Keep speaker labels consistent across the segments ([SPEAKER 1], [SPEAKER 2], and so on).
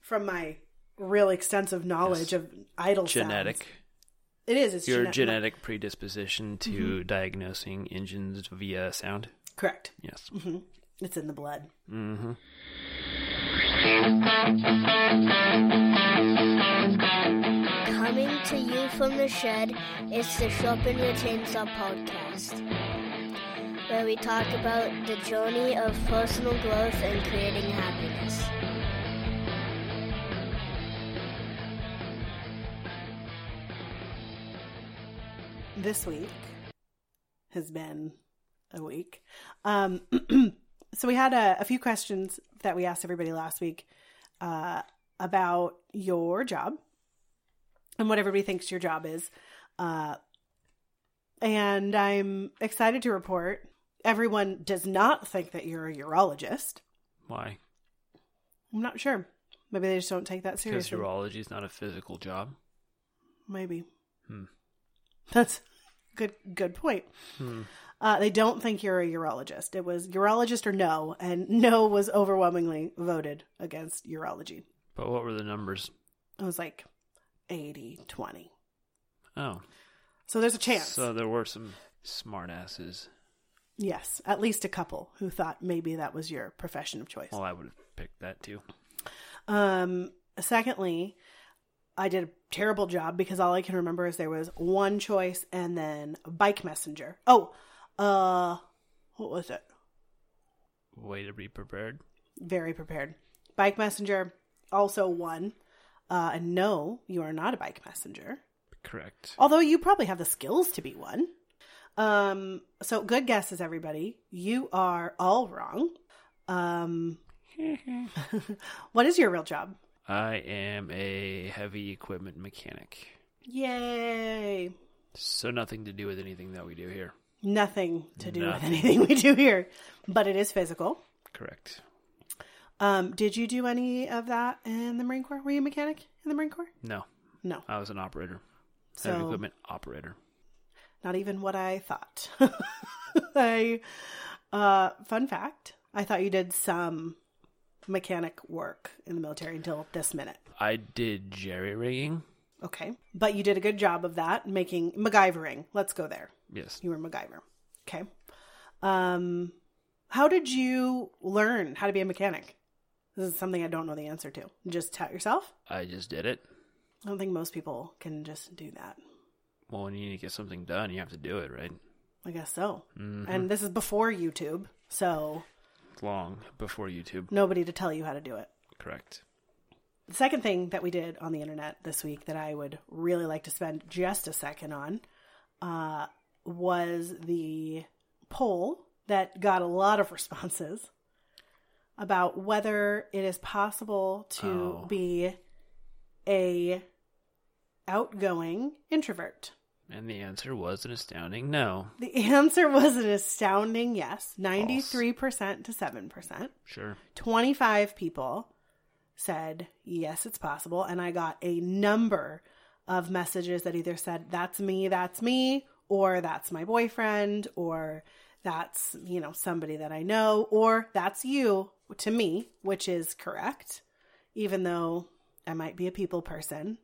[SPEAKER 1] from my real extensive knowledge of idol sounds.
[SPEAKER 2] Genetic.
[SPEAKER 1] It is. It's
[SPEAKER 2] Your
[SPEAKER 1] gene- Mm-hmm.
[SPEAKER 2] genetic predisposition to diagnosing engines via sound.
[SPEAKER 1] Correct. Mm-hmm.
[SPEAKER 2] Yes. Mm-hmm.
[SPEAKER 1] It's in the blood.
[SPEAKER 3] Coming to you from the shed is the Shopping with Chainsaw podcast, where we talk about the journey of personal growth and creating happiness.
[SPEAKER 1] This week has been a week. Um, so we had a, a few questions that we asked everybody last week uh, about your job and what everybody thinks your job is. Uh, and I'm excited to report everyone does not think that you're a urologist.
[SPEAKER 2] Why?
[SPEAKER 1] I'm not sure. Maybe they just don't take that
[SPEAKER 2] Because
[SPEAKER 1] seriously.
[SPEAKER 2] urology is not a physical job.
[SPEAKER 1] Maybe.
[SPEAKER 2] Hmm.
[SPEAKER 1] That's good. Good point.
[SPEAKER 2] Hmm.
[SPEAKER 1] Uh, they don't think you're a urologist. It was urologist or no, and no was overwhelmingly voted against urology.
[SPEAKER 2] But what were the numbers?
[SPEAKER 1] It was like 80, 20.
[SPEAKER 2] Oh,
[SPEAKER 1] So there's a chance.
[SPEAKER 2] so there were some smartasses.
[SPEAKER 1] yes, at least a couple who thought maybe that was your profession of choice.
[SPEAKER 2] Well, I would have picked that too.
[SPEAKER 1] Um, secondly, I did a terrible job because all I can remember is there was one choice and then bike messenger. Oh, uh, what was it?
[SPEAKER 2] Way to be prepared.
[SPEAKER 1] very prepared. Bike messenger also won. Uh, and no, you are not a bike messenger.
[SPEAKER 2] Correct.
[SPEAKER 1] Although you probably have the skills to be one. Um, so good guesses, everybody. You are all wrong. Um, what is your real job?
[SPEAKER 2] I am a heavy equipment mechanic.
[SPEAKER 1] Yay!
[SPEAKER 2] So nothing to do with anything that we do here.
[SPEAKER 1] Nothing to do with
[SPEAKER 2] Nothing.
[SPEAKER 1] anything we do here, but it is physical.
[SPEAKER 2] Correct.
[SPEAKER 1] Um, did you do any of that in the Marine Corps? Were you a mechanic in the Marine Corps?
[SPEAKER 2] No,
[SPEAKER 1] No,
[SPEAKER 2] I was an operator.
[SPEAKER 1] So-
[SPEAKER 2] Heavy equipment operator.
[SPEAKER 1] not even what I thought. I, uh, fun fact, I thought you did some mechanic work in the military until this minute.
[SPEAKER 2] I did jerry rigging.
[SPEAKER 1] Okay. But you did a good job of that, making MacGyvering. Let's go there.
[SPEAKER 2] Yes.
[SPEAKER 1] You were MacGyver. Okay. Um, how did you learn how to be a mechanic? This is something I don't know the answer to. Just tout yourself?
[SPEAKER 2] I just did it.
[SPEAKER 1] I don't think most people can just do that.
[SPEAKER 2] Well, when you need to get something done, you have to do it, right?
[SPEAKER 1] I guess so. And this is before YouTube, so
[SPEAKER 2] Long before YouTube.
[SPEAKER 1] nobody to tell you how to do it.
[SPEAKER 2] Correct.
[SPEAKER 1] The second thing that we did on the internet this week that I would really like to spend just a second on uh, was the poll that got a lot of responses about whether it is possible to
[SPEAKER 2] Oh.
[SPEAKER 1] be a outgoing introvert.
[SPEAKER 2] And the answer was an astounding no.
[SPEAKER 1] The answer was an astounding yes, 93% to 7%.
[SPEAKER 2] Sure.
[SPEAKER 1] 25 people said, Yes, it's possible. And I got a number of messages that either said, That's me, that's me, or That's my boyfriend, or That's, you know, somebody that I know, or That's you to me, which is correct. Even though I might be a people person,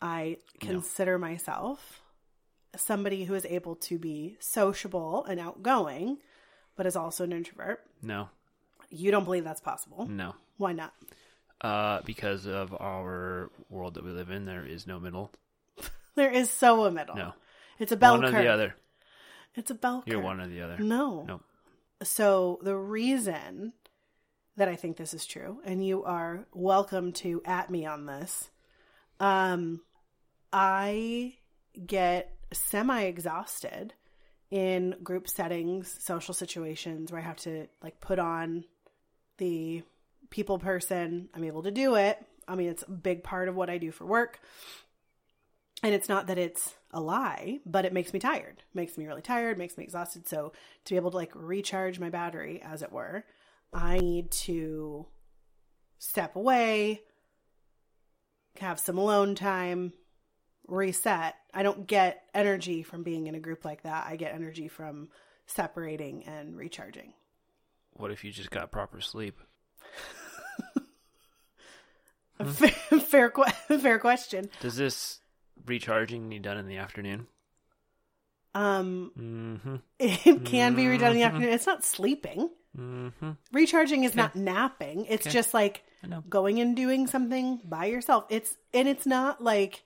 [SPEAKER 1] I
[SPEAKER 2] No.
[SPEAKER 1] consider myself somebody who is able to be sociable and outgoing, but is also an introvert.
[SPEAKER 2] No.
[SPEAKER 1] You don't believe that's possible.
[SPEAKER 2] No.
[SPEAKER 1] Why not?
[SPEAKER 2] Uh, because of our world that we live in, there is no middle.
[SPEAKER 1] There is so a middle.
[SPEAKER 2] No.
[SPEAKER 1] It's a bell
[SPEAKER 2] one
[SPEAKER 1] curve.
[SPEAKER 2] or the other.
[SPEAKER 1] It's a bell curve.
[SPEAKER 2] You're one or the other.
[SPEAKER 1] No.
[SPEAKER 2] No.
[SPEAKER 1] So the reason that I think this is true, and you are welcome to at me on this, um, I get semi exhausted in group settings, social situations where I have to like put on the people person. I'm able to do it. I mean, it's a big part of what I do for work. And it's not that it's a lie, but it makes me tired. Makes me really tired, makes me exhausted. So to be able to like recharge my battery, as it were, I need to step away, have some alone time, reset. I don't get energy from being in a group like that. I get energy from separating and recharging.
[SPEAKER 2] What if you just got proper sleep?
[SPEAKER 1] A fair fair, que- fair question.
[SPEAKER 2] Does this recharging need done in the afternoon?
[SPEAKER 1] Um,
[SPEAKER 2] Mm-hmm.
[SPEAKER 1] it can be redone in the afternoon. It's not sleeping.
[SPEAKER 2] Mm-hmm.
[SPEAKER 1] Recharging is not napping. It's
[SPEAKER 2] Okay.
[SPEAKER 1] just like
[SPEAKER 2] I know.
[SPEAKER 1] going and doing something by yourself. It's and it's not like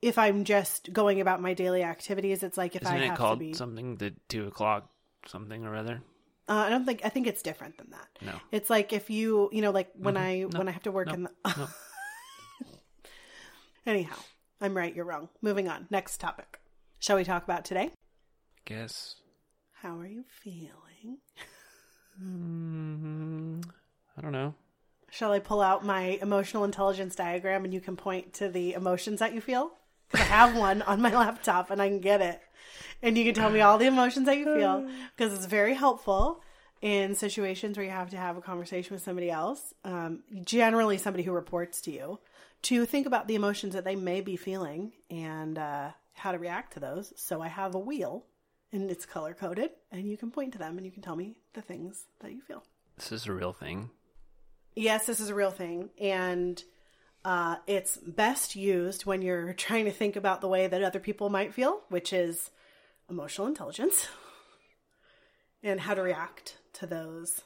[SPEAKER 1] if I'm just going about my daily activities. It's like if
[SPEAKER 2] Isn't
[SPEAKER 1] I
[SPEAKER 2] it
[SPEAKER 1] have
[SPEAKER 2] called
[SPEAKER 1] to be.
[SPEAKER 2] something the two o'clock something or other?
[SPEAKER 1] uh, I don't think I think it's different than that.
[SPEAKER 2] No.
[SPEAKER 1] It's like if you you know like when
[SPEAKER 2] Mhm.
[SPEAKER 1] I
[SPEAKER 2] No.
[SPEAKER 1] when I have to work
[SPEAKER 2] No.
[SPEAKER 1] in the.
[SPEAKER 2] No.
[SPEAKER 1] Anyhow, I'm right. You're wrong. Moving on. Next topic. Shall we talk about today?
[SPEAKER 2] Guess.
[SPEAKER 1] How are you feeling?
[SPEAKER 2] Mm, I don't know.
[SPEAKER 1] Shall I pull out my emotional intelligence diagram and you can point to the emotions that you feel? Because I have one on my laptop and I can get it. And you can tell me all the emotions that you feel because it's very helpful in situations where you have to have a conversation with somebody else, um, generally somebody who reports to you, to think about the emotions that they may be feeling and uh, how to react to those. So I have a wheel and it's color coded and you can point to them and you can tell me the things that you feel
[SPEAKER 2] This is a real thing.
[SPEAKER 1] yes, this is a real thing, and uh, it's best used when you're trying to think about the way that other people might feel, which is emotional intelligence and how to react to those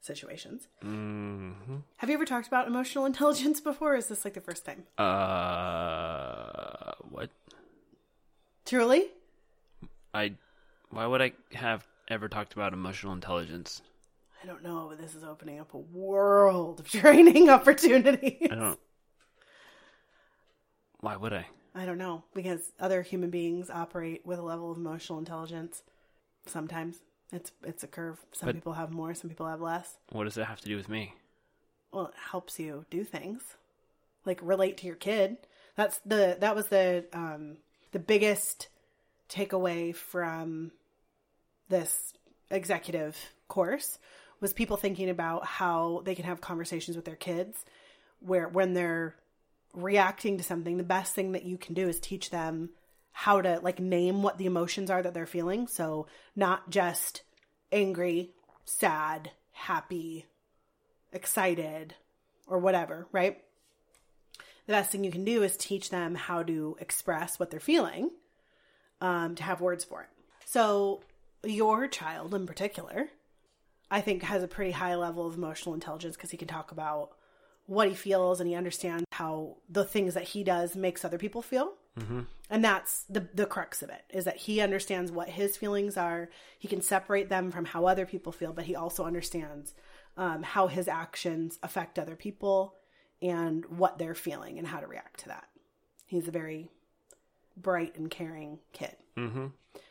[SPEAKER 1] situations.
[SPEAKER 2] Mm-hmm.
[SPEAKER 1] Have you ever talked about emotional intelligence before? Or is this like the first time?
[SPEAKER 2] Uh, what?
[SPEAKER 1] Truly?
[SPEAKER 2] I. Why would I have ever talked about emotional intelligence?
[SPEAKER 1] I don't know, but this is opening up a world of training opportunities.
[SPEAKER 2] I don't. Why would I?
[SPEAKER 1] I don't know, because other human beings operate with a level of emotional intelligence. Sometimes it's it's a curve. Some
[SPEAKER 2] But-
[SPEAKER 1] people have more, some people have less.
[SPEAKER 2] What does that have to do with me?
[SPEAKER 1] Well, it helps you do things, like relate to your kid. That's the that was the um the biggest takeaway from this executive course was people thinking about how they can have conversations with their kids where when they're reacting to something the best thing that you can do is teach them how to like name what the emotions are that they're feeling so not just angry sad happy excited or whatever right the best thing you can do is teach them how to express what they're feeling um, to have words for it so your child in particular i think has a pretty high level of emotional intelligence because he can talk about what he feels and he understands how the things that he does makes other people feel and that's the the crux of it is that he understands what his feelings are he can separate them from how other people feel but he also understands um, how his actions affect other people and what they're feeling and how to react to that he's a very bright and caring kid
[SPEAKER 2] Mm-hmm.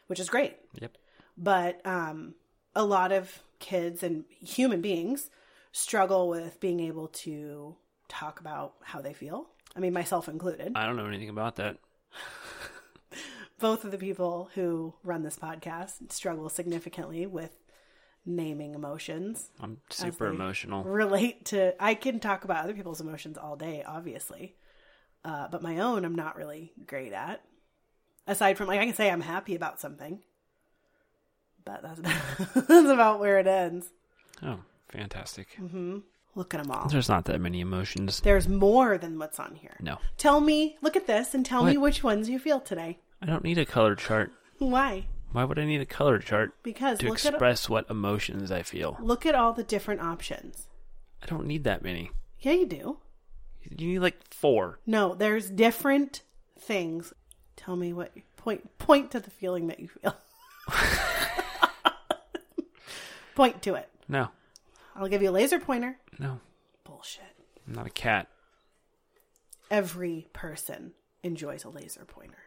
[SPEAKER 1] which is great
[SPEAKER 2] Yep.
[SPEAKER 1] but um, a lot of kids and human beings struggle with being able to talk about how they feel. I mean, myself included.
[SPEAKER 2] I don't know anything about that.
[SPEAKER 1] Both of the people who run this podcast struggle significantly with naming emotions.
[SPEAKER 2] I'm super
[SPEAKER 1] they-
[SPEAKER 2] emotional.
[SPEAKER 1] Relate to, I can talk about other people's emotions all day, obviously, uh, but my own I'm not really great at. Aside from, like, I can say I'm happy about something, but that's about, that's about where it ends.
[SPEAKER 2] Oh, fantastic.
[SPEAKER 1] Look at them all.
[SPEAKER 2] There's not that many emotions.
[SPEAKER 1] There's more than what's on here.
[SPEAKER 2] No,
[SPEAKER 1] Tell me, look at this and tell me
[SPEAKER 2] What?
[SPEAKER 1] which ones you feel today.
[SPEAKER 2] I don't need a color chart.
[SPEAKER 1] Why?
[SPEAKER 2] Why would I need a color chart
[SPEAKER 1] Because
[SPEAKER 2] to
[SPEAKER 1] look
[SPEAKER 2] express what emotions I feel?
[SPEAKER 1] at look at all the different options.
[SPEAKER 2] I don't need that many.
[SPEAKER 1] Yeah, you do.
[SPEAKER 2] You need like four.
[SPEAKER 1] No, there's different things. Tell me what point point to the feeling that you feel. point to it.
[SPEAKER 2] No,
[SPEAKER 1] I'll give you a laser pointer.
[SPEAKER 2] no,
[SPEAKER 1] Bullshit.
[SPEAKER 2] I'm not a cat.
[SPEAKER 1] Every person enjoys a laser pointer.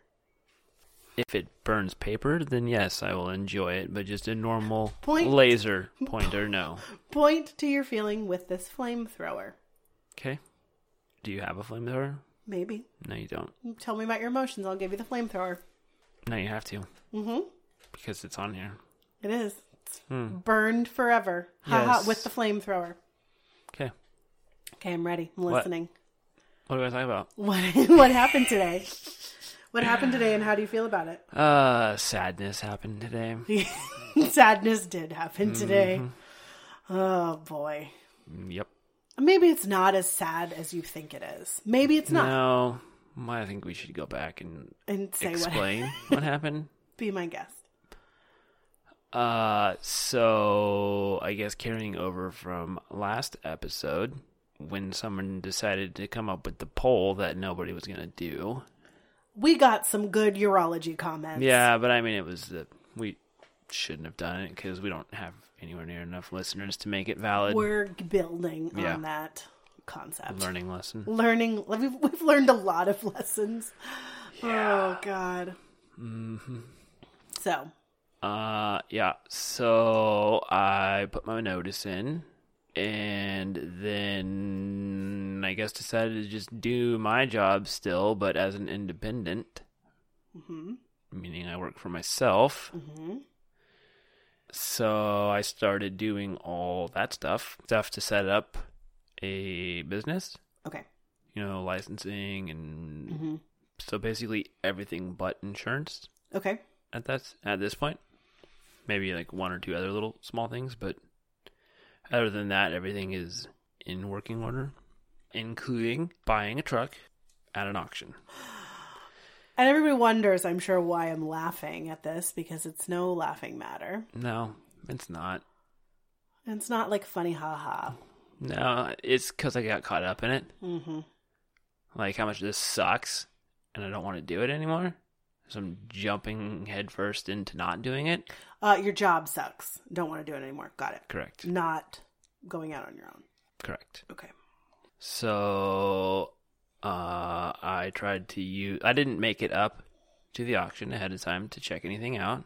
[SPEAKER 2] If it burns paper, then yes, I will enjoy it. But just a normal
[SPEAKER 1] Point.
[SPEAKER 2] laser pointer, no.
[SPEAKER 1] Point to your feeling with this flamethrower.
[SPEAKER 2] Okay. Do you have a flamethrower?
[SPEAKER 1] Maybe.
[SPEAKER 2] No, you don't.
[SPEAKER 1] Tell me about your emotions. I'll give you the flamethrower.
[SPEAKER 2] No, you have to
[SPEAKER 1] Mm-hmm.
[SPEAKER 2] because it's on here.
[SPEAKER 1] It is. It's Burned forever. Ha ha
[SPEAKER 2] Hmm. Yes.
[SPEAKER 1] with the flamethrower.
[SPEAKER 2] Okay.
[SPEAKER 1] Okay, I'm ready. I'm
[SPEAKER 2] What?
[SPEAKER 1] listening.
[SPEAKER 2] What do I talk about?
[SPEAKER 1] What what, happened today? what happened today and how do you feel about it?
[SPEAKER 2] Uh, sadness happened today. Mm-hmm.
[SPEAKER 1] Sadness did happen today. Oh boy.
[SPEAKER 2] Yep.
[SPEAKER 1] Maybe it's not as sad as you think it is. Maybe it's not.
[SPEAKER 2] No, I think we should go back and
[SPEAKER 1] And say
[SPEAKER 2] explain
[SPEAKER 1] what?
[SPEAKER 2] what happened.
[SPEAKER 1] Be my guest.
[SPEAKER 2] Uh, so I guess carrying over from last episode, when someone decided to come up with the poll that nobody was gonna do.
[SPEAKER 1] We got some good urology comments.
[SPEAKER 2] Yeah, but I mean, it was the we shouldn't have done it because we don't have anywhere near enough listeners to make it valid.
[SPEAKER 1] We're building
[SPEAKER 2] Yeah.
[SPEAKER 1] on that concept.
[SPEAKER 2] Learning lesson.
[SPEAKER 1] Learning. We've, we've learned a lot of lessons. Oh, God. Mm-hmm. So,
[SPEAKER 2] Uh, yeah. So I put my notice in, and then I guess decided to just do my job still, but as an independent,
[SPEAKER 1] mm-hmm,
[SPEAKER 2] meaning I work for myself.
[SPEAKER 1] mm-hmm.
[SPEAKER 2] So I started doing all that stuff, stuff to set up a business.
[SPEAKER 1] okay.
[SPEAKER 2] You know, licensing and
[SPEAKER 1] Mm-hmm.
[SPEAKER 2] so basically everything but insurance
[SPEAKER 1] Okay.
[SPEAKER 2] at that at this point. Maybe like one or two other little small things, but other than that, everything is in working order, including buying a truck at an auction.
[SPEAKER 1] And everybody wonders, I'm sure, why I'm laughing at this because it's no laughing matter.
[SPEAKER 2] No, it's not.
[SPEAKER 1] And it's not like funny, haha.
[SPEAKER 2] No, it's because I got caught up in it.
[SPEAKER 1] Mm-hmm.
[SPEAKER 2] Like how much this sucks, and I don't want to do it anymore. So I'm jumping headfirst into not doing it.
[SPEAKER 1] Uh, your job sucks. Don't want to do it anymore. Got it.
[SPEAKER 2] Correct.
[SPEAKER 1] Not going out on your own.
[SPEAKER 2] Correct.
[SPEAKER 1] Okay.
[SPEAKER 2] So uh, I tried to use. I didn't make it up to the auction ahead of time to check anything out.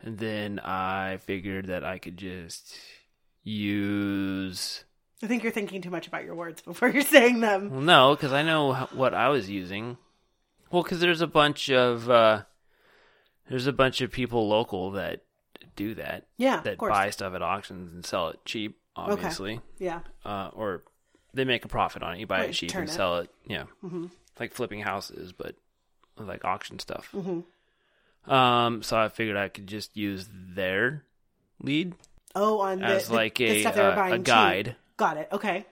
[SPEAKER 2] And then I figured that I could just use.
[SPEAKER 1] I think you're thinking too much about your words before you're saying them.
[SPEAKER 2] Well, no, because I know h- what I was using. Well, because there's a bunch of uh, there's a bunch of people local that do that
[SPEAKER 1] Yeah,
[SPEAKER 2] that
[SPEAKER 1] of course.
[SPEAKER 2] buy stuff at auctions and sell it cheap, obviously.
[SPEAKER 1] Yeah.
[SPEAKER 2] uh, or they make a profit on it. You buy
[SPEAKER 1] Right,
[SPEAKER 2] it cheap
[SPEAKER 1] turn
[SPEAKER 2] and
[SPEAKER 1] it. Mm-hmm.
[SPEAKER 2] sell it. Yeah, like flipping houses, but like auction stuff.
[SPEAKER 1] Mm-hmm.
[SPEAKER 2] Um, so I figured I could just use their lead
[SPEAKER 1] Oh, on the,
[SPEAKER 2] As
[SPEAKER 1] the-
[SPEAKER 2] like
[SPEAKER 1] the
[SPEAKER 2] a,
[SPEAKER 1] stuff they were
[SPEAKER 2] uh, a
[SPEAKER 1] buying cheap.
[SPEAKER 2] guide.
[SPEAKER 1] Got it. Okay.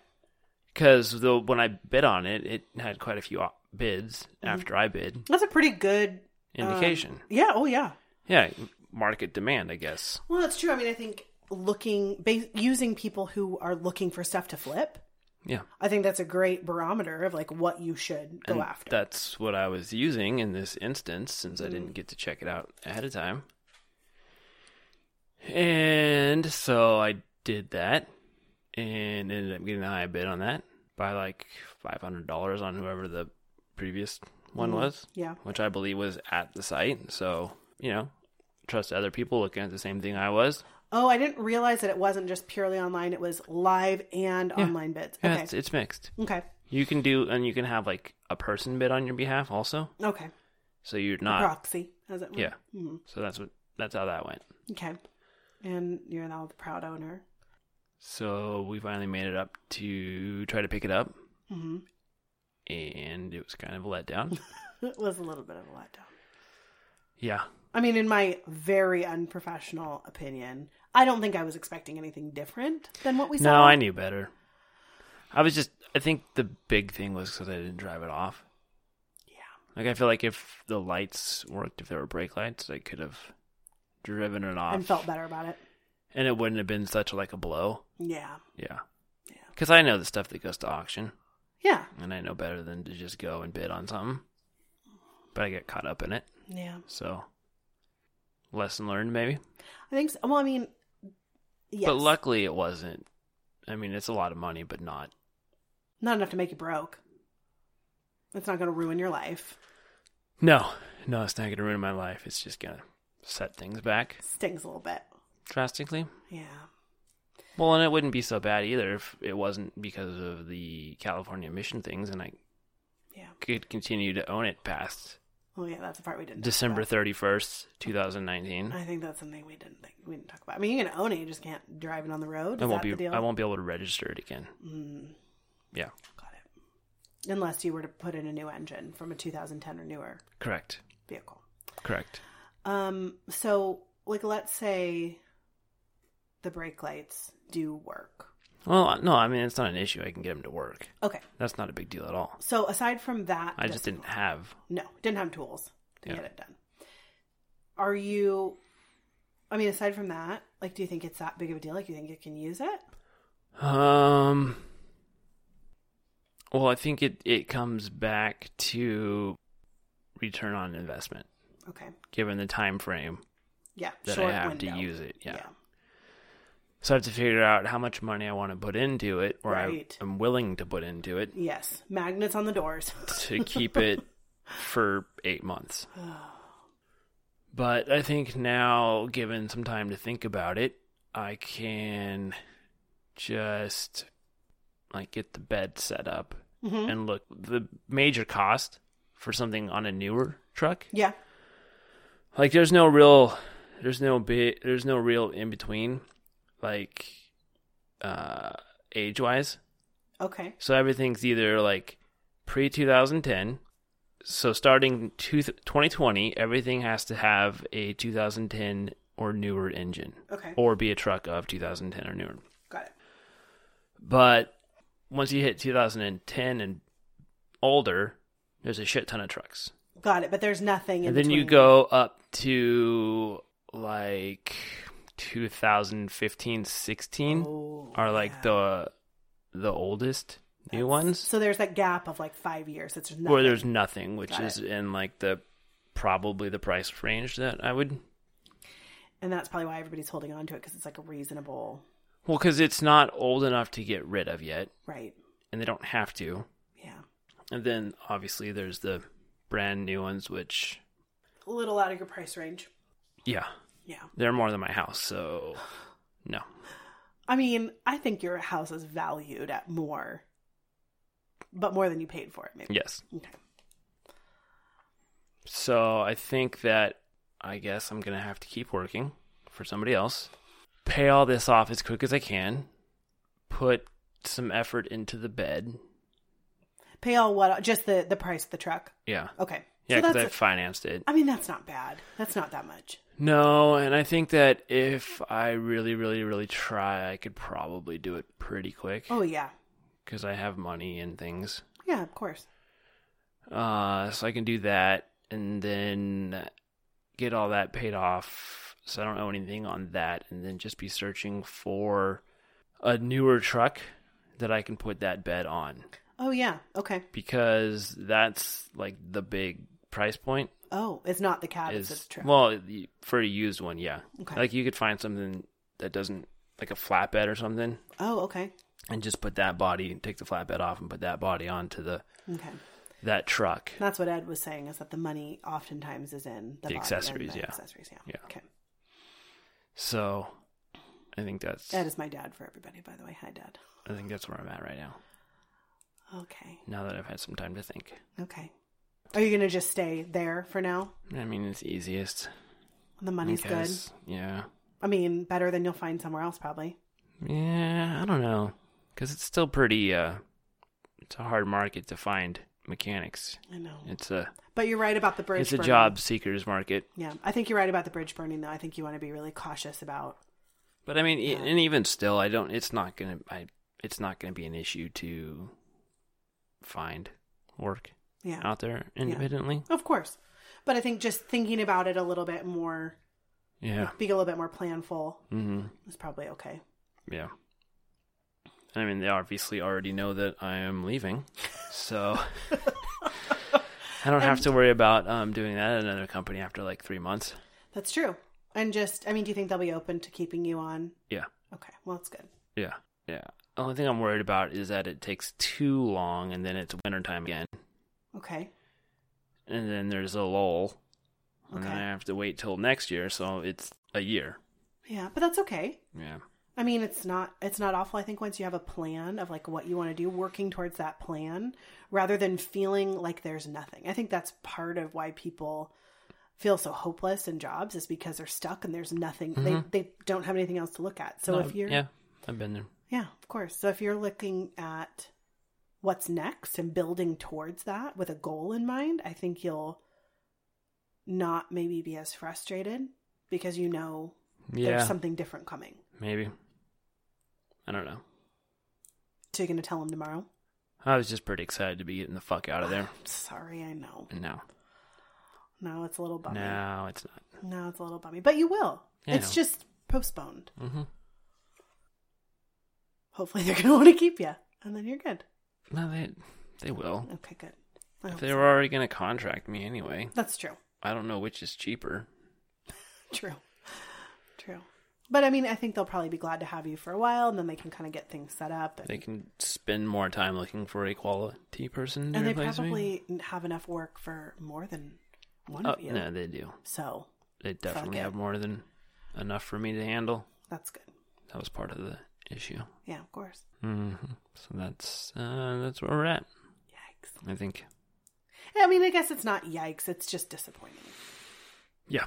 [SPEAKER 2] because the when I bid on it, it had quite a few o- bids
[SPEAKER 1] Mm-hmm.
[SPEAKER 2] after I bid.
[SPEAKER 1] That's a pretty good um,
[SPEAKER 2] Indication,
[SPEAKER 1] yeah. Oh, yeah.
[SPEAKER 2] yeah, market demand, I guess.
[SPEAKER 1] Well, that's true. I mean, I think looking ba- using people who are looking for stuff to flip.
[SPEAKER 2] Yeah,
[SPEAKER 1] I think that's a great barometer of like what you should go
[SPEAKER 2] And
[SPEAKER 1] after.
[SPEAKER 2] Mm, That's what I was using in this instance since I
[SPEAKER 1] Mm.
[SPEAKER 2] didn't get to check it out ahead of time. And so I did that and ended up getting a high bid on that by like $500 on whoever the previous
[SPEAKER 1] Mm.
[SPEAKER 2] one was,
[SPEAKER 1] yeah.
[SPEAKER 2] which I believe was at the site. So, you know, trust other people looking at the same thing I was.
[SPEAKER 1] Oh, I didn't realize that it wasn't just purely online. It was live and online bids.
[SPEAKER 2] Yeah,
[SPEAKER 1] Okay.
[SPEAKER 2] it's, it's mixed.
[SPEAKER 1] okay.
[SPEAKER 2] You can do, and you can have like a person bid on your behalf also.
[SPEAKER 1] Okay.
[SPEAKER 2] So you're not,
[SPEAKER 1] Proxy, as it were.
[SPEAKER 2] yeah.
[SPEAKER 1] Mhm.
[SPEAKER 2] So that's what, that's how that went.
[SPEAKER 1] Okay. And you're now the proud owner.
[SPEAKER 2] So we finally made it up to try to pick it up,
[SPEAKER 1] hmm
[SPEAKER 2] and it was kind of a letdown.
[SPEAKER 1] It was a little bit of a letdown.
[SPEAKER 2] yeah,
[SPEAKER 1] I mean, in my very unprofessional opinion, I don't think I was expecting anything different than what we saw.
[SPEAKER 2] no, I knew better. I was just, I think the big thing was because I didn't drive it off.
[SPEAKER 1] Yeah.
[SPEAKER 2] Like I feel like if the lights worked, if there were brake lights, I could have driven it off,
[SPEAKER 1] And felt better about it.
[SPEAKER 2] and it wouldn't have been such like a blow.
[SPEAKER 1] Yeah.
[SPEAKER 2] Yeah,
[SPEAKER 1] Yeah.
[SPEAKER 2] because I know the stuff that goes to auction,
[SPEAKER 1] Yeah.
[SPEAKER 2] and I know better than to just go and bid on something. But I get caught up in it,
[SPEAKER 1] Yeah.
[SPEAKER 2] so lesson learned, maybe.
[SPEAKER 1] I think so. Well, I mean, yes.
[SPEAKER 2] But luckily, it wasn't. I mean, it's a lot of money, but not.
[SPEAKER 1] Not enough to make you broke. It's not going to ruin your life.
[SPEAKER 2] No, no, it's not going to ruin my life. It's just going to set things back
[SPEAKER 1] Stings a little bit.
[SPEAKER 2] drastically.
[SPEAKER 1] Yeah.
[SPEAKER 2] Well, and it wouldn't be so bad either if it wasn't because of the California emission things, and I
[SPEAKER 1] Yeah.
[SPEAKER 2] could continue to own it past
[SPEAKER 1] Oh, yeah. That's the part we didn't. talk
[SPEAKER 2] December
[SPEAKER 1] about.
[SPEAKER 2] thirty first, two thousand nineteen.
[SPEAKER 1] I think that's something we didn't think we didn't talk about. I mean, you can own it, you just can't drive it on the road. Is
[SPEAKER 2] I won't
[SPEAKER 1] that the
[SPEAKER 2] be.
[SPEAKER 1] deal?
[SPEAKER 2] I won't be able to register it again.
[SPEAKER 1] Mm,
[SPEAKER 2] Yeah,
[SPEAKER 1] got it. Unless you were to put in a new engine from a 2010 or newer
[SPEAKER 2] correct,
[SPEAKER 1] vehicle.
[SPEAKER 2] correct.
[SPEAKER 1] Um. So, like, let's say the brake lights do work.
[SPEAKER 2] Well, no, I mean it's not an issue. I can get him to work.
[SPEAKER 1] Okay.
[SPEAKER 2] That's not a big deal at all.
[SPEAKER 1] So aside from that,
[SPEAKER 2] I just didn't have.
[SPEAKER 1] No, didn't have tools to
[SPEAKER 2] Yeah.
[SPEAKER 1] get it done. Are you? I mean, aside from that, like, do you think it's that big of a deal? Like, you think you can use it?
[SPEAKER 2] Um. Well, I think it it comes back to return on investment,
[SPEAKER 1] Okay.
[SPEAKER 2] given the time frame
[SPEAKER 1] Yeah.
[SPEAKER 2] that I have to use it. Yeah.
[SPEAKER 1] Yeah.
[SPEAKER 2] So I have to figure out how much money I want to put into it, or
[SPEAKER 1] Right.
[SPEAKER 2] I am willing to put into it
[SPEAKER 1] Yes. Magnets on the doors.
[SPEAKER 2] to keep it for eight months. But I think now, given some time to think about it, I can just like get the bed set up
[SPEAKER 1] Mhm.
[SPEAKER 2] and look. The major cost for something on a newer truck,
[SPEAKER 1] Yeah.
[SPEAKER 2] like there's no real, there's no bit, there's no real in between, like uh age wise.
[SPEAKER 1] Okay.
[SPEAKER 2] So everything's either like pre 2010. So starting two 2020, everything has to have a 2010 or newer engine
[SPEAKER 1] Okay.
[SPEAKER 2] or be a truck of 2010 or newer.
[SPEAKER 1] Got it.
[SPEAKER 2] But once you hit 2010 and older, there's a shit ton of trucks.
[SPEAKER 1] Got it. But there's nothing. In
[SPEAKER 2] And then you
[SPEAKER 1] between.
[SPEAKER 2] go up to like 2015, 16
[SPEAKER 1] Oh,
[SPEAKER 2] are like
[SPEAKER 1] yeah.
[SPEAKER 2] the the oldest new ones.
[SPEAKER 1] So there's that gap of like five years. It's just nothing.
[SPEAKER 2] Or there's nothing, which
[SPEAKER 1] Got
[SPEAKER 2] is in like the probably the price range that I would.
[SPEAKER 1] and that's probably why everybody's holding on to it because it's like a reasonable,
[SPEAKER 2] Well, because it's not old enough to get rid of yet,
[SPEAKER 1] right?
[SPEAKER 2] and they don't have to.
[SPEAKER 1] Yeah.
[SPEAKER 2] And then obviously there's the brand new ones, which
[SPEAKER 1] A little out of your price range.
[SPEAKER 2] yeah,
[SPEAKER 1] Yeah.
[SPEAKER 2] they're more than my house. So no,
[SPEAKER 1] I mean, I think your house is valued at more, but more than you paid for it, maybe.
[SPEAKER 2] yes.
[SPEAKER 1] Okay.
[SPEAKER 2] So I think that I guess I'm gonna have to keep working for somebody else, pay all this off as quick as I can, put some effort into the bed.
[SPEAKER 1] Pay all what? Just the the price of the truck.
[SPEAKER 2] Yeah.
[SPEAKER 1] Okay.
[SPEAKER 2] Yeah,
[SPEAKER 1] So
[SPEAKER 2] because
[SPEAKER 1] that's.
[SPEAKER 2] I financed it.
[SPEAKER 1] I mean, that's not bad. That's not that much.
[SPEAKER 2] No, and I think that if I really, really, really try, I could probably do it pretty quick
[SPEAKER 1] Oh yeah,
[SPEAKER 2] because I have money and things.
[SPEAKER 1] yeah, of course.
[SPEAKER 2] Uh, so I can do that and then get all that paid off. So I don't owe anything on that, and then just be searching for a newer truck that I can put that bed on
[SPEAKER 1] Oh yeah. Okay.
[SPEAKER 2] because that's like the big price point.
[SPEAKER 1] Oh, it's not the cab.
[SPEAKER 2] is
[SPEAKER 1] it's the truck.
[SPEAKER 2] well y- for a used one, yeah.
[SPEAKER 1] Okay.
[SPEAKER 2] Like you could find something that doesn't like a flatbed or something,
[SPEAKER 1] oh, okay.
[SPEAKER 2] and just put that body, take the flatbed off, and put that body onto the
[SPEAKER 1] Okay.
[SPEAKER 2] that truck.
[SPEAKER 1] That's what Ed was saying is that the money oftentimes is in the,
[SPEAKER 2] The
[SPEAKER 1] body and
[SPEAKER 2] accessories,
[SPEAKER 1] the
[SPEAKER 2] yeah.
[SPEAKER 1] Accessories. Yeah.
[SPEAKER 2] Yeah.
[SPEAKER 1] Okay.
[SPEAKER 2] So I think that's
[SPEAKER 1] Ed is my dad for everybody, by the way. Hi, Dad.
[SPEAKER 2] I think that's where I'm at right now.
[SPEAKER 1] Okay.
[SPEAKER 2] Now that I've had some time to think,
[SPEAKER 1] Okay. Are you gonna just stay there for now?
[SPEAKER 2] I mean it's easiest.
[SPEAKER 1] The money's good.
[SPEAKER 2] because- Yeah,
[SPEAKER 1] I mean, better than you'll find somewhere else, probably.
[SPEAKER 2] yeah. I don't know because it's still pretty. uh It's a hard market to find mechanics.
[SPEAKER 1] I know.
[SPEAKER 2] It's a
[SPEAKER 1] But you're right about the bridge.
[SPEAKER 2] it's a
[SPEAKER 1] burning.
[SPEAKER 2] job seekers market.
[SPEAKER 1] Yeah, I think you're right about the bridge burning, though. I think you want to be really cautious about.
[SPEAKER 2] But I mean, e and even still, I don't. It's not gonna. I. It's not gonna be an issue to find work
[SPEAKER 1] Yeah,
[SPEAKER 2] out there independently.
[SPEAKER 1] of course. But I think just thinking about it a little bit more,
[SPEAKER 2] Yeah.
[SPEAKER 1] being a little bit more planful,
[SPEAKER 2] hmm
[SPEAKER 1] is probably okay.
[SPEAKER 2] Yeah. I mean, they obviously already know that I am leaving, so I don't have to worry about um, doing that at another company after like three months.
[SPEAKER 1] That's true. And just, I mean, do you think they'll be open to keeping you on?
[SPEAKER 2] Yeah.
[SPEAKER 1] Okay, well, that's good.
[SPEAKER 2] Yeah. Yeah. The only thing I'm worried about is that it takes too long, and then it's wintertime again,
[SPEAKER 1] Okay,
[SPEAKER 2] and then there's a lull. And then
[SPEAKER 1] Okay.
[SPEAKER 2] I have to wait till next year, so it's a year.
[SPEAKER 1] yeah, but that's okay.
[SPEAKER 2] Yeah.
[SPEAKER 1] I mean, it's not it's not awful. I think once you have a plan of like what you want to do, working towards that plan rather than feeling like there's nothing. I think that's part of why people feel so hopeless in jobs is because they're stuck and there's nothing. They they don't have anything else to look at. So
[SPEAKER 2] No,
[SPEAKER 1] if you're
[SPEAKER 2] Mm-hmm. yeah, I've been there.
[SPEAKER 1] yeah, of course. So if you're looking at what's next and building towards that with a goal in mind, I think you'll not maybe be as frustrated because you know
[SPEAKER 2] Yeah,
[SPEAKER 1] there's something different coming.
[SPEAKER 2] maybe. I don't know.
[SPEAKER 1] So you're gonna tell him tomorrow?
[SPEAKER 2] I was just pretty excited to be getting the fuck out of there.
[SPEAKER 1] Sorry, I know.
[SPEAKER 2] No,
[SPEAKER 1] No, it's a little bummy.
[SPEAKER 2] no, it's not.
[SPEAKER 1] No, it's a little bummy. But you will.
[SPEAKER 2] Yeah, I
[SPEAKER 1] it's
[SPEAKER 2] know.
[SPEAKER 1] just postponed.
[SPEAKER 2] Mm-hmm.
[SPEAKER 1] Hopefully they're gonna want to keep you, and then you're good.
[SPEAKER 2] No, they they will.
[SPEAKER 1] Okay, good. I
[SPEAKER 2] If
[SPEAKER 1] hope
[SPEAKER 2] they
[SPEAKER 1] so.
[SPEAKER 2] were already going to contract me anyway,
[SPEAKER 1] That's true.
[SPEAKER 2] I don't know which is cheaper.
[SPEAKER 1] True. True. But I mean, I think they'll probably be glad to have you for a while, and then they can kind of get things set up. And,
[SPEAKER 2] They can spend more time looking for a quality person to
[SPEAKER 1] and they
[SPEAKER 2] replace me.
[SPEAKER 1] probably have enough work for more than one
[SPEAKER 2] Oh,
[SPEAKER 1] of you.
[SPEAKER 2] no, they do.
[SPEAKER 1] So
[SPEAKER 2] They definitely
[SPEAKER 1] it.
[SPEAKER 2] have more than enough for me to handle.
[SPEAKER 1] that's good.
[SPEAKER 2] That was part of the issue.
[SPEAKER 1] Yeah, of course.
[SPEAKER 2] hmm So that's uh, that's where we're at.
[SPEAKER 1] Yikes.
[SPEAKER 2] I think.
[SPEAKER 1] I mean, I guess it's not yikes. It's just disappointing.
[SPEAKER 2] Yeah,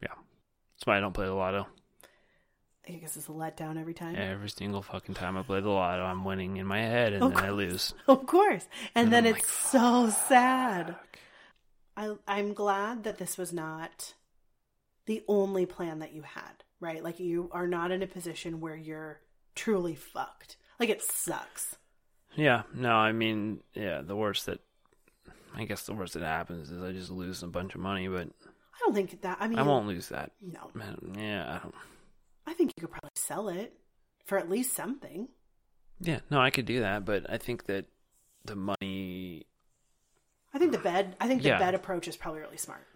[SPEAKER 2] yeah. That's why I don't play the lotto.
[SPEAKER 1] I guess it's a letdown every time.
[SPEAKER 2] Every single fucking time I play the lotto, I'm winning in my head, and
[SPEAKER 1] Of
[SPEAKER 2] then I
[SPEAKER 1] course.
[SPEAKER 2] lose.
[SPEAKER 1] Of course. And,
[SPEAKER 2] And
[SPEAKER 1] then
[SPEAKER 2] I'm
[SPEAKER 1] it's
[SPEAKER 2] like,
[SPEAKER 1] so sad.
[SPEAKER 2] Fuck.
[SPEAKER 1] I, I'm glad that this was not the only plan that you had, right? Like, you are not in a position where you're truly fucked. Like, it sucks.
[SPEAKER 2] Yeah, no, I mean, yeah, the worst that I guess the worst that happens is I just lose a bunch of money, but
[SPEAKER 1] I don't think that, I mean,
[SPEAKER 2] I won't lose that.
[SPEAKER 1] no.
[SPEAKER 2] Man, yeah, I don't.
[SPEAKER 1] I think you could probably sell it for at least something.
[SPEAKER 2] Yeah, no, I could do that, but I think that the money.
[SPEAKER 1] I think the bed, I think the
[SPEAKER 2] Yeah.
[SPEAKER 1] bed approach is probably really smart.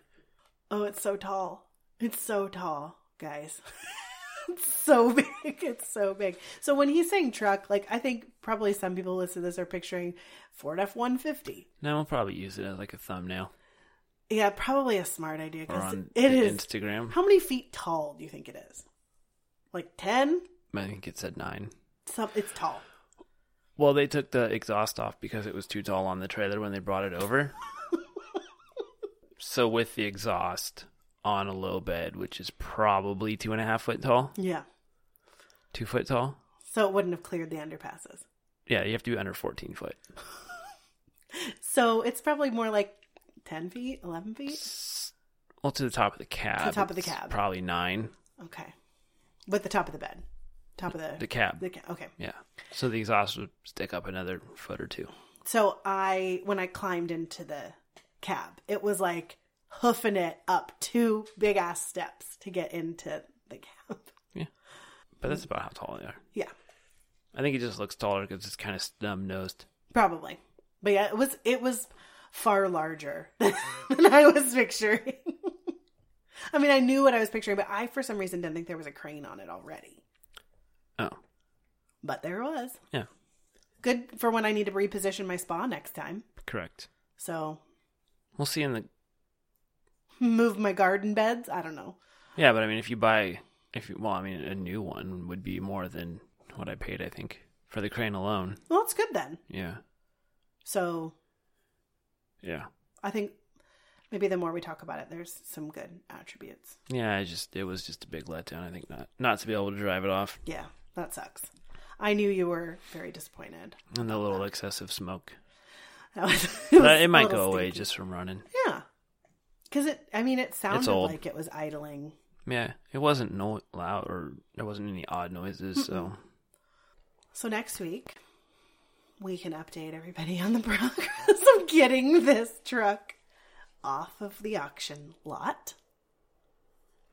[SPEAKER 1] Oh, it's so tall. It's so tall, guys. it's so big. It's so big. So when he's saying truck, like I think probably some people listen to this are picturing Ford F one fifty.
[SPEAKER 2] No, I'll probably use it as like a thumbnail
[SPEAKER 1] Yeah, probably a smart idea
[SPEAKER 2] or
[SPEAKER 1] because
[SPEAKER 2] on
[SPEAKER 1] it
[SPEAKER 2] the
[SPEAKER 1] is.
[SPEAKER 2] Instagram.
[SPEAKER 1] How many feet tall do you think it is? Like ten?
[SPEAKER 2] I think it said nine.
[SPEAKER 1] Some. It's tall.
[SPEAKER 2] Well, they took the exhaust off because it was too tall on the trailer when they brought it over. so with the exhaust on a low bed, which is probably two and a half foot tall,
[SPEAKER 1] Yeah.
[SPEAKER 2] two foot tall.
[SPEAKER 1] So it wouldn't have cleared the underpasses.
[SPEAKER 2] Yeah, you have to be under fourteen foot.
[SPEAKER 1] So it's probably more like ten feet, eleven feet.
[SPEAKER 2] Well, to the top of the cab.
[SPEAKER 1] top of the
[SPEAKER 2] it's
[SPEAKER 1] cab.
[SPEAKER 2] Probably nine.
[SPEAKER 1] Okay. But the top of the bed. Top of the
[SPEAKER 2] The cab.
[SPEAKER 1] the ca- okay.
[SPEAKER 2] yeah. So the exhaust would stick up another foot or two.
[SPEAKER 1] So I when I climbed into the cab, it was like hoofing it up two big ass steps to get into the cab.
[SPEAKER 2] But that's about how tall they are.
[SPEAKER 1] Yeah,
[SPEAKER 2] I think it just looks taller because it's kind of snub nosed.
[SPEAKER 1] probably. But yeah, it was it was far larger than I was picturing. I mean, I knew what I was picturing, but I for some reason didn't think there was a crane on it already.
[SPEAKER 2] Oh,
[SPEAKER 1] But there was.
[SPEAKER 2] yeah.
[SPEAKER 1] Good for when I need to reposition my spa next time.
[SPEAKER 2] Correct.
[SPEAKER 1] So
[SPEAKER 2] We'll see in the.
[SPEAKER 1] move my garden beds. I don't know.
[SPEAKER 2] Yeah, but I mean, if you buy. if you, Well, I mean, a new one would be more than what I paid, I think, for the crane alone.
[SPEAKER 1] Well, that's good then.
[SPEAKER 2] Yeah.
[SPEAKER 1] So
[SPEAKER 2] Yeah.
[SPEAKER 1] I think maybe the more we talk about it, there's some good attributes.
[SPEAKER 2] Yeah, I just. It was just a big letdown, I think, not, not to be able to drive it off.
[SPEAKER 1] Yeah, that sucks. I knew you were very disappointed.
[SPEAKER 2] And the little excessive smoke.
[SPEAKER 1] That was, it,
[SPEAKER 2] But
[SPEAKER 1] was
[SPEAKER 2] it might
[SPEAKER 1] a little
[SPEAKER 2] go away
[SPEAKER 1] stinky.
[SPEAKER 2] just from running.
[SPEAKER 1] yeah, because it. I mean, it sounded
[SPEAKER 2] old.
[SPEAKER 1] like it was idling.
[SPEAKER 2] Yeah, it wasn't no loud or there wasn't any odd noises. So
[SPEAKER 1] So next week we can update everybody on the progress of getting this truck off of the auction lot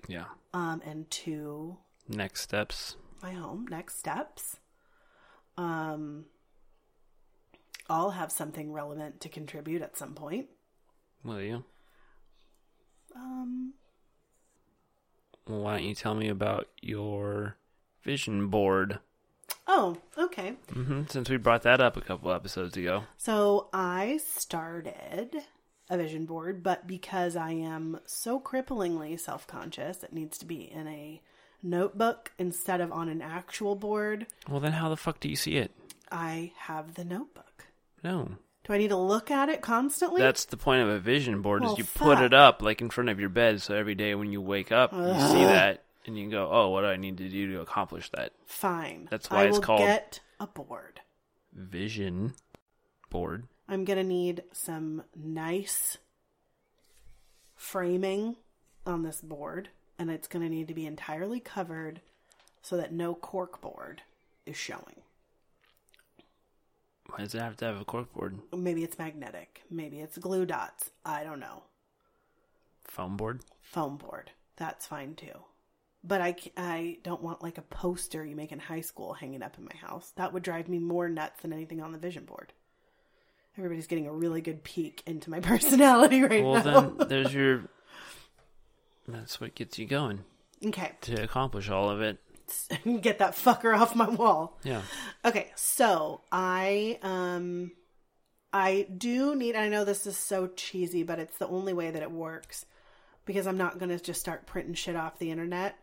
[SPEAKER 2] yeah,
[SPEAKER 1] um, and to
[SPEAKER 2] next steps.
[SPEAKER 1] my home next steps um i'll have something relevant to contribute at some point
[SPEAKER 2] Will you?
[SPEAKER 1] um
[SPEAKER 2] Well, why don't you tell me about your vision board?
[SPEAKER 1] oh okay
[SPEAKER 2] hmm Since we brought that up a couple episodes ago,
[SPEAKER 1] so i started a vision board but because i am so cripplingly self-conscious it needs to be in a notebook instead of on an actual board
[SPEAKER 2] well, then how the fuck do you see it?
[SPEAKER 1] i have the notebook
[SPEAKER 2] No,
[SPEAKER 1] do i need to look at it constantly
[SPEAKER 2] that's the point of a vision board
[SPEAKER 1] Well,
[SPEAKER 2] is you put
[SPEAKER 1] fuck.
[SPEAKER 2] it up like in front of your bed, so every day when you wake up, you see that and you can go, "Oh, what do I need to do to accomplish that
[SPEAKER 1] fine
[SPEAKER 2] that's why
[SPEAKER 1] I
[SPEAKER 2] it's
[SPEAKER 1] will
[SPEAKER 2] called-
[SPEAKER 1] get a board
[SPEAKER 2] vision board?"
[SPEAKER 1] I'm gonna need some nice framing on this board, and it's gonna need to be entirely covered so that no cork board is showing.
[SPEAKER 2] Why does it have to have a corkboard?
[SPEAKER 1] Maybe it's magnetic. Maybe it's glue dots. I don't know.
[SPEAKER 2] Foam board?
[SPEAKER 1] Foam board. That's fine too. But I, c- I don't want like a poster you make in high school hanging up in my house. That would drive me more nuts than anything on the vision board. Everybody's getting a really good peek into my personality right
[SPEAKER 2] Well,
[SPEAKER 1] now.
[SPEAKER 2] then there's your. That's what gets you going
[SPEAKER 1] okay.
[SPEAKER 2] to accomplish all of it.
[SPEAKER 1] Get that fucker off my wall.
[SPEAKER 2] Yeah.
[SPEAKER 1] Okay, so I um I do need I know this is so cheesy, but it's the only way that it works because I'm not going to just start printing shit off the internet.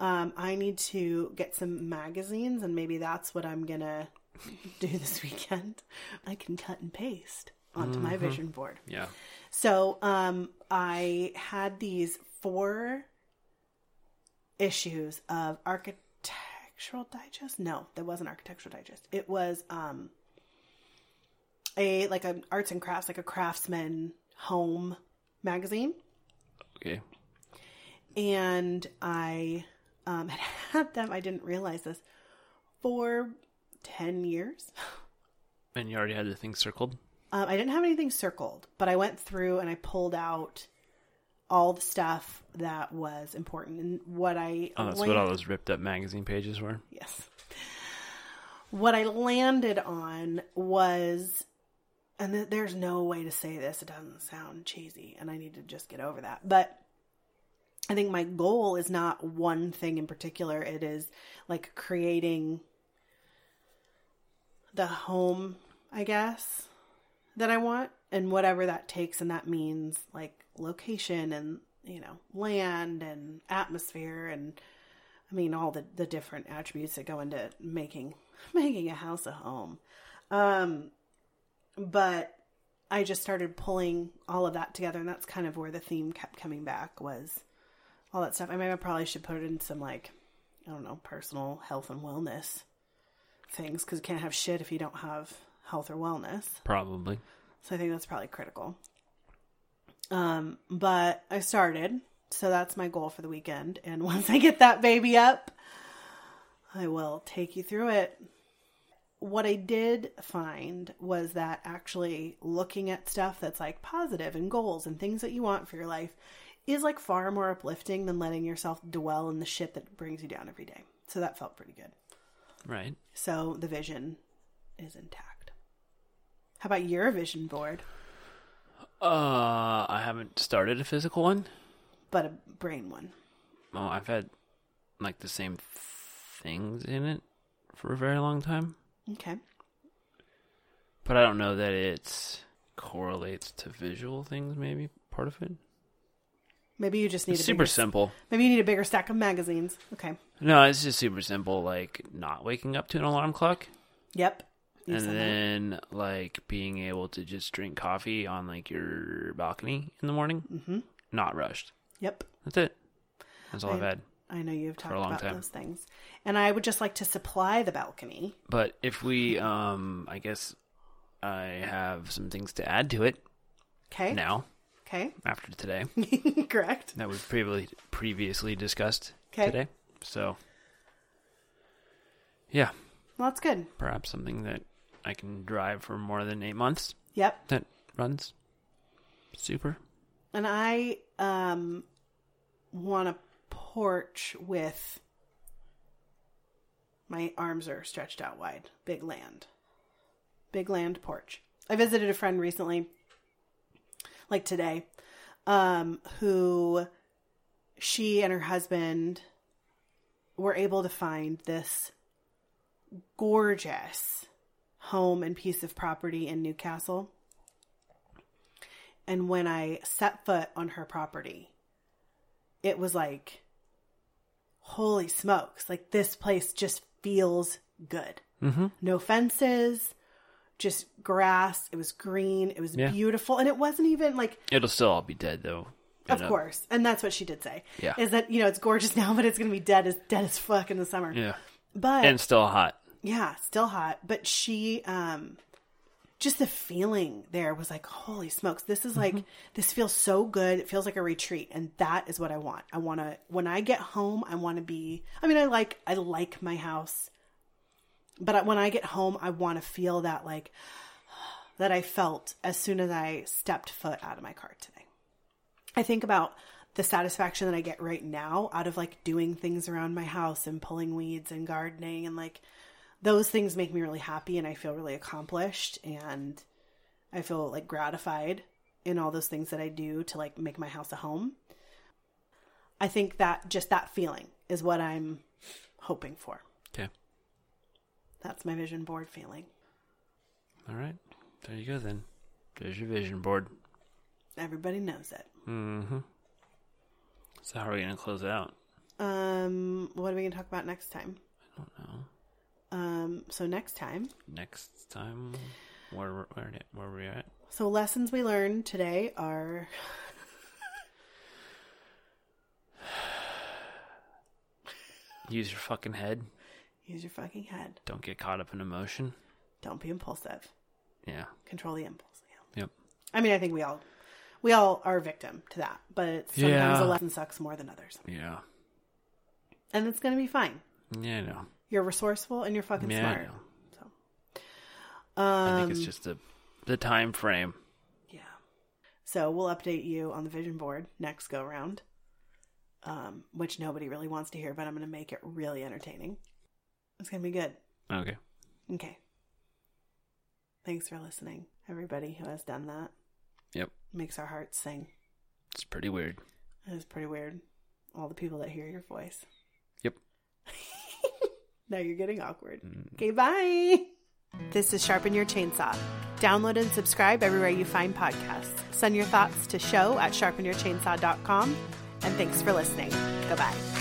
[SPEAKER 1] Um I need to get some magazines and maybe that's what I'm going to do this weekend. I can cut and paste onto my vision board.
[SPEAKER 2] Yeah.
[SPEAKER 1] So, um, I had these four issues of Architectural Digest. No, that wasn't Architectural Digest. It was um, a like an arts and crafts, like a craftsman home magazine,
[SPEAKER 2] Okay.
[SPEAKER 1] and I um, had had them. I didn't realize this for ten years.
[SPEAKER 2] And you already had the thing circled?
[SPEAKER 1] Um, I didn't have anything circled, but I went through and I pulled out all the stuff that was important and what I
[SPEAKER 2] Oh, that's
[SPEAKER 1] land-
[SPEAKER 2] what all those ripped up magazine pages were?
[SPEAKER 1] yes. What I landed on was, and th- there's no way to say this; it doesn't sound cheesy, and I need to just get over that. But I think my goal is not one thing in particular. It is like creating the home, I guess, that I want and whatever that takes and that means like location and, you know, land and atmosphere and I mean all the the different attributes that go into making making a house a home. Um but I just started pulling all of that together and that's kind of where the theme kept coming back was all that stuff. I mean I probably should put it in some like I don't know, personal health and wellness things cuz you can't have shit if you don't have health or wellness.
[SPEAKER 2] Probably.
[SPEAKER 1] So I think that's probably critical. Um, but I started, so that's my goal for the weekend. And once I get that baby up, I will take you through it. What I did find was that actually looking at stuff that's like positive and goals and things that you want for your life is like far more uplifting than letting yourself dwell in the shit that brings you down every day. So that felt pretty good.
[SPEAKER 2] Right.
[SPEAKER 1] So the vision is intact. How about your vision board?
[SPEAKER 2] Uh, I haven't started a physical one.
[SPEAKER 1] but a brain one.
[SPEAKER 2] Well, I've had like the same things in it for a very long time,
[SPEAKER 1] Okay.
[SPEAKER 2] but I don't know that it correlates to visual things. Maybe part of it.
[SPEAKER 1] Maybe you just need
[SPEAKER 2] It's
[SPEAKER 1] a
[SPEAKER 2] super
[SPEAKER 1] bigger,
[SPEAKER 2] simple.
[SPEAKER 1] Maybe you need a bigger stack of magazines. Okay.
[SPEAKER 2] No, it's just super simple. Like not waking up to an alarm clock,
[SPEAKER 1] Yep. You
[SPEAKER 2] and
[SPEAKER 1] said that.
[SPEAKER 2] then like being able to just drink coffee on like your balcony in the morning, mm-hmm. not rushed.
[SPEAKER 1] Yep.
[SPEAKER 2] That's it. That's all I've
[SPEAKER 1] I-
[SPEAKER 2] had.
[SPEAKER 1] I know you've talked
[SPEAKER 2] a long
[SPEAKER 1] about
[SPEAKER 2] time.
[SPEAKER 1] those things. And I would just like to supply the balcony.
[SPEAKER 2] But if we, um, I guess I have some things to add to it
[SPEAKER 1] Okay.
[SPEAKER 2] now
[SPEAKER 1] Okay.
[SPEAKER 2] after today
[SPEAKER 1] Correct.
[SPEAKER 2] that we've previously previously discussed
[SPEAKER 1] 'Kay.
[SPEAKER 2] today. So, yeah,
[SPEAKER 1] Well, that's good.
[SPEAKER 2] perhaps something that I can drive for more than eight months
[SPEAKER 1] Yep.
[SPEAKER 2] that runs super.
[SPEAKER 1] And I um want a porch with my arms are stretched out wide. Big land. Big land porch. I visited a friend recently, like today, um, who she and her husband were able to find this gorgeous home and piece of property in Newcastle. And when I set foot on her property, it was like, holy smokes, like this place just feels good.
[SPEAKER 2] Mm-hmm.
[SPEAKER 1] No fences, just grass. It was green, it was
[SPEAKER 2] Yeah.
[SPEAKER 1] beautiful. And it wasn't even like,
[SPEAKER 2] It'll still all be dead though.
[SPEAKER 1] of
[SPEAKER 2] You know?
[SPEAKER 1] course. And that's what she did say.
[SPEAKER 2] Yeah.
[SPEAKER 1] Is that, you know, it's gorgeous now, but it's going to be dead as dead as fuck in the summer.
[SPEAKER 2] Yeah,
[SPEAKER 1] But
[SPEAKER 2] and still hot.
[SPEAKER 1] yeah, still hot. But she, um, just the feeling there was like, holy smokes, this is like, this feels so good. It feels like a retreat. And that is what I want. I want to, when I get home, I want to be, I mean, I like, I like my house But I- when I get home, I want to feel that like that I felt as soon as I stepped foot out of my car today. I think about the satisfaction that I get right now out of like doing things around my house and pulling weeds and gardening and like those things make me really happy and I feel really accomplished and I feel like gratified in all those things that I do to like make my house a home. I think that just that feeling is what I'm hoping for.
[SPEAKER 2] Okay.
[SPEAKER 1] That's my vision board feeling.
[SPEAKER 2] All right. There you go then. There's your vision board.
[SPEAKER 1] Everybody knows it.
[SPEAKER 2] Mm-hmm. So how are we gonna close it out?
[SPEAKER 1] Um, what are we going to talk about next time?
[SPEAKER 2] I don't know.
[SPEAKER 1] Um, so next time,
[SPEAKER 2] Next time, where where where, where were we at?
[SPEAKER 1] so lessons we learned today are
[SPEAKER 2] Use your fucking head.
[SPEAKER 1] use your fucking head.
[SPEAKER 2] Don't get caught up in emotion.
[SPEAKER 1] Don't be impulsive.
[SPEAKER 2] Yeah.
[SPEAKER 1] Control the impulse. Yeah.
[SPEAKER 2] Yep.
[SPEAKER 1] I mean, I think we all we all are a victim to that, but sometimes
[SPEAKER 2] Yeah.
[SPEAKER 1] a lesson sucks more than others,
[SPEAKER 2] Yeah.
[SPEAKER 1] and it's going to be fine.
[SPEAKER 2] Yeah. I know.
[SPEAKER 1] You're resourceful and you're fucking
[SPEAKER 2] Yeah, I
[SPEAKER 1] smart.
[SPEAKER 2] know.
[SPEAKER 1] So, um,
[SPEAKER 2] I think it's just the the time frame.
[SPEAKER 1] yeah. So we'll update you on the vision board next go round, um, which nobody really wants to hear, but I'm going to make it really entertaining. It's going to be good.
[SPEAKER 2] Okay.
[SPEAKER 1] Okay. Thanks for listening, everybody who has done that.
[SPEAKER 2] Yep.
[SPEAKER 1] Makes our hearts sing.
[SPEAKER 2] It's pretty weird.
[SPEAKER 1] It is pretty weird. All the people that hear your voice.
[SPEAKER 2] Yep.
[SPEAKER 1] Now you're getting awkward. Okay, bye. This is Sharpen Your Chainsaw. Download and subscribe everywhere you find podcasts. Send your thoughts to show at sharpenyourchainsaw.com. And thanks for listening. Goodbye.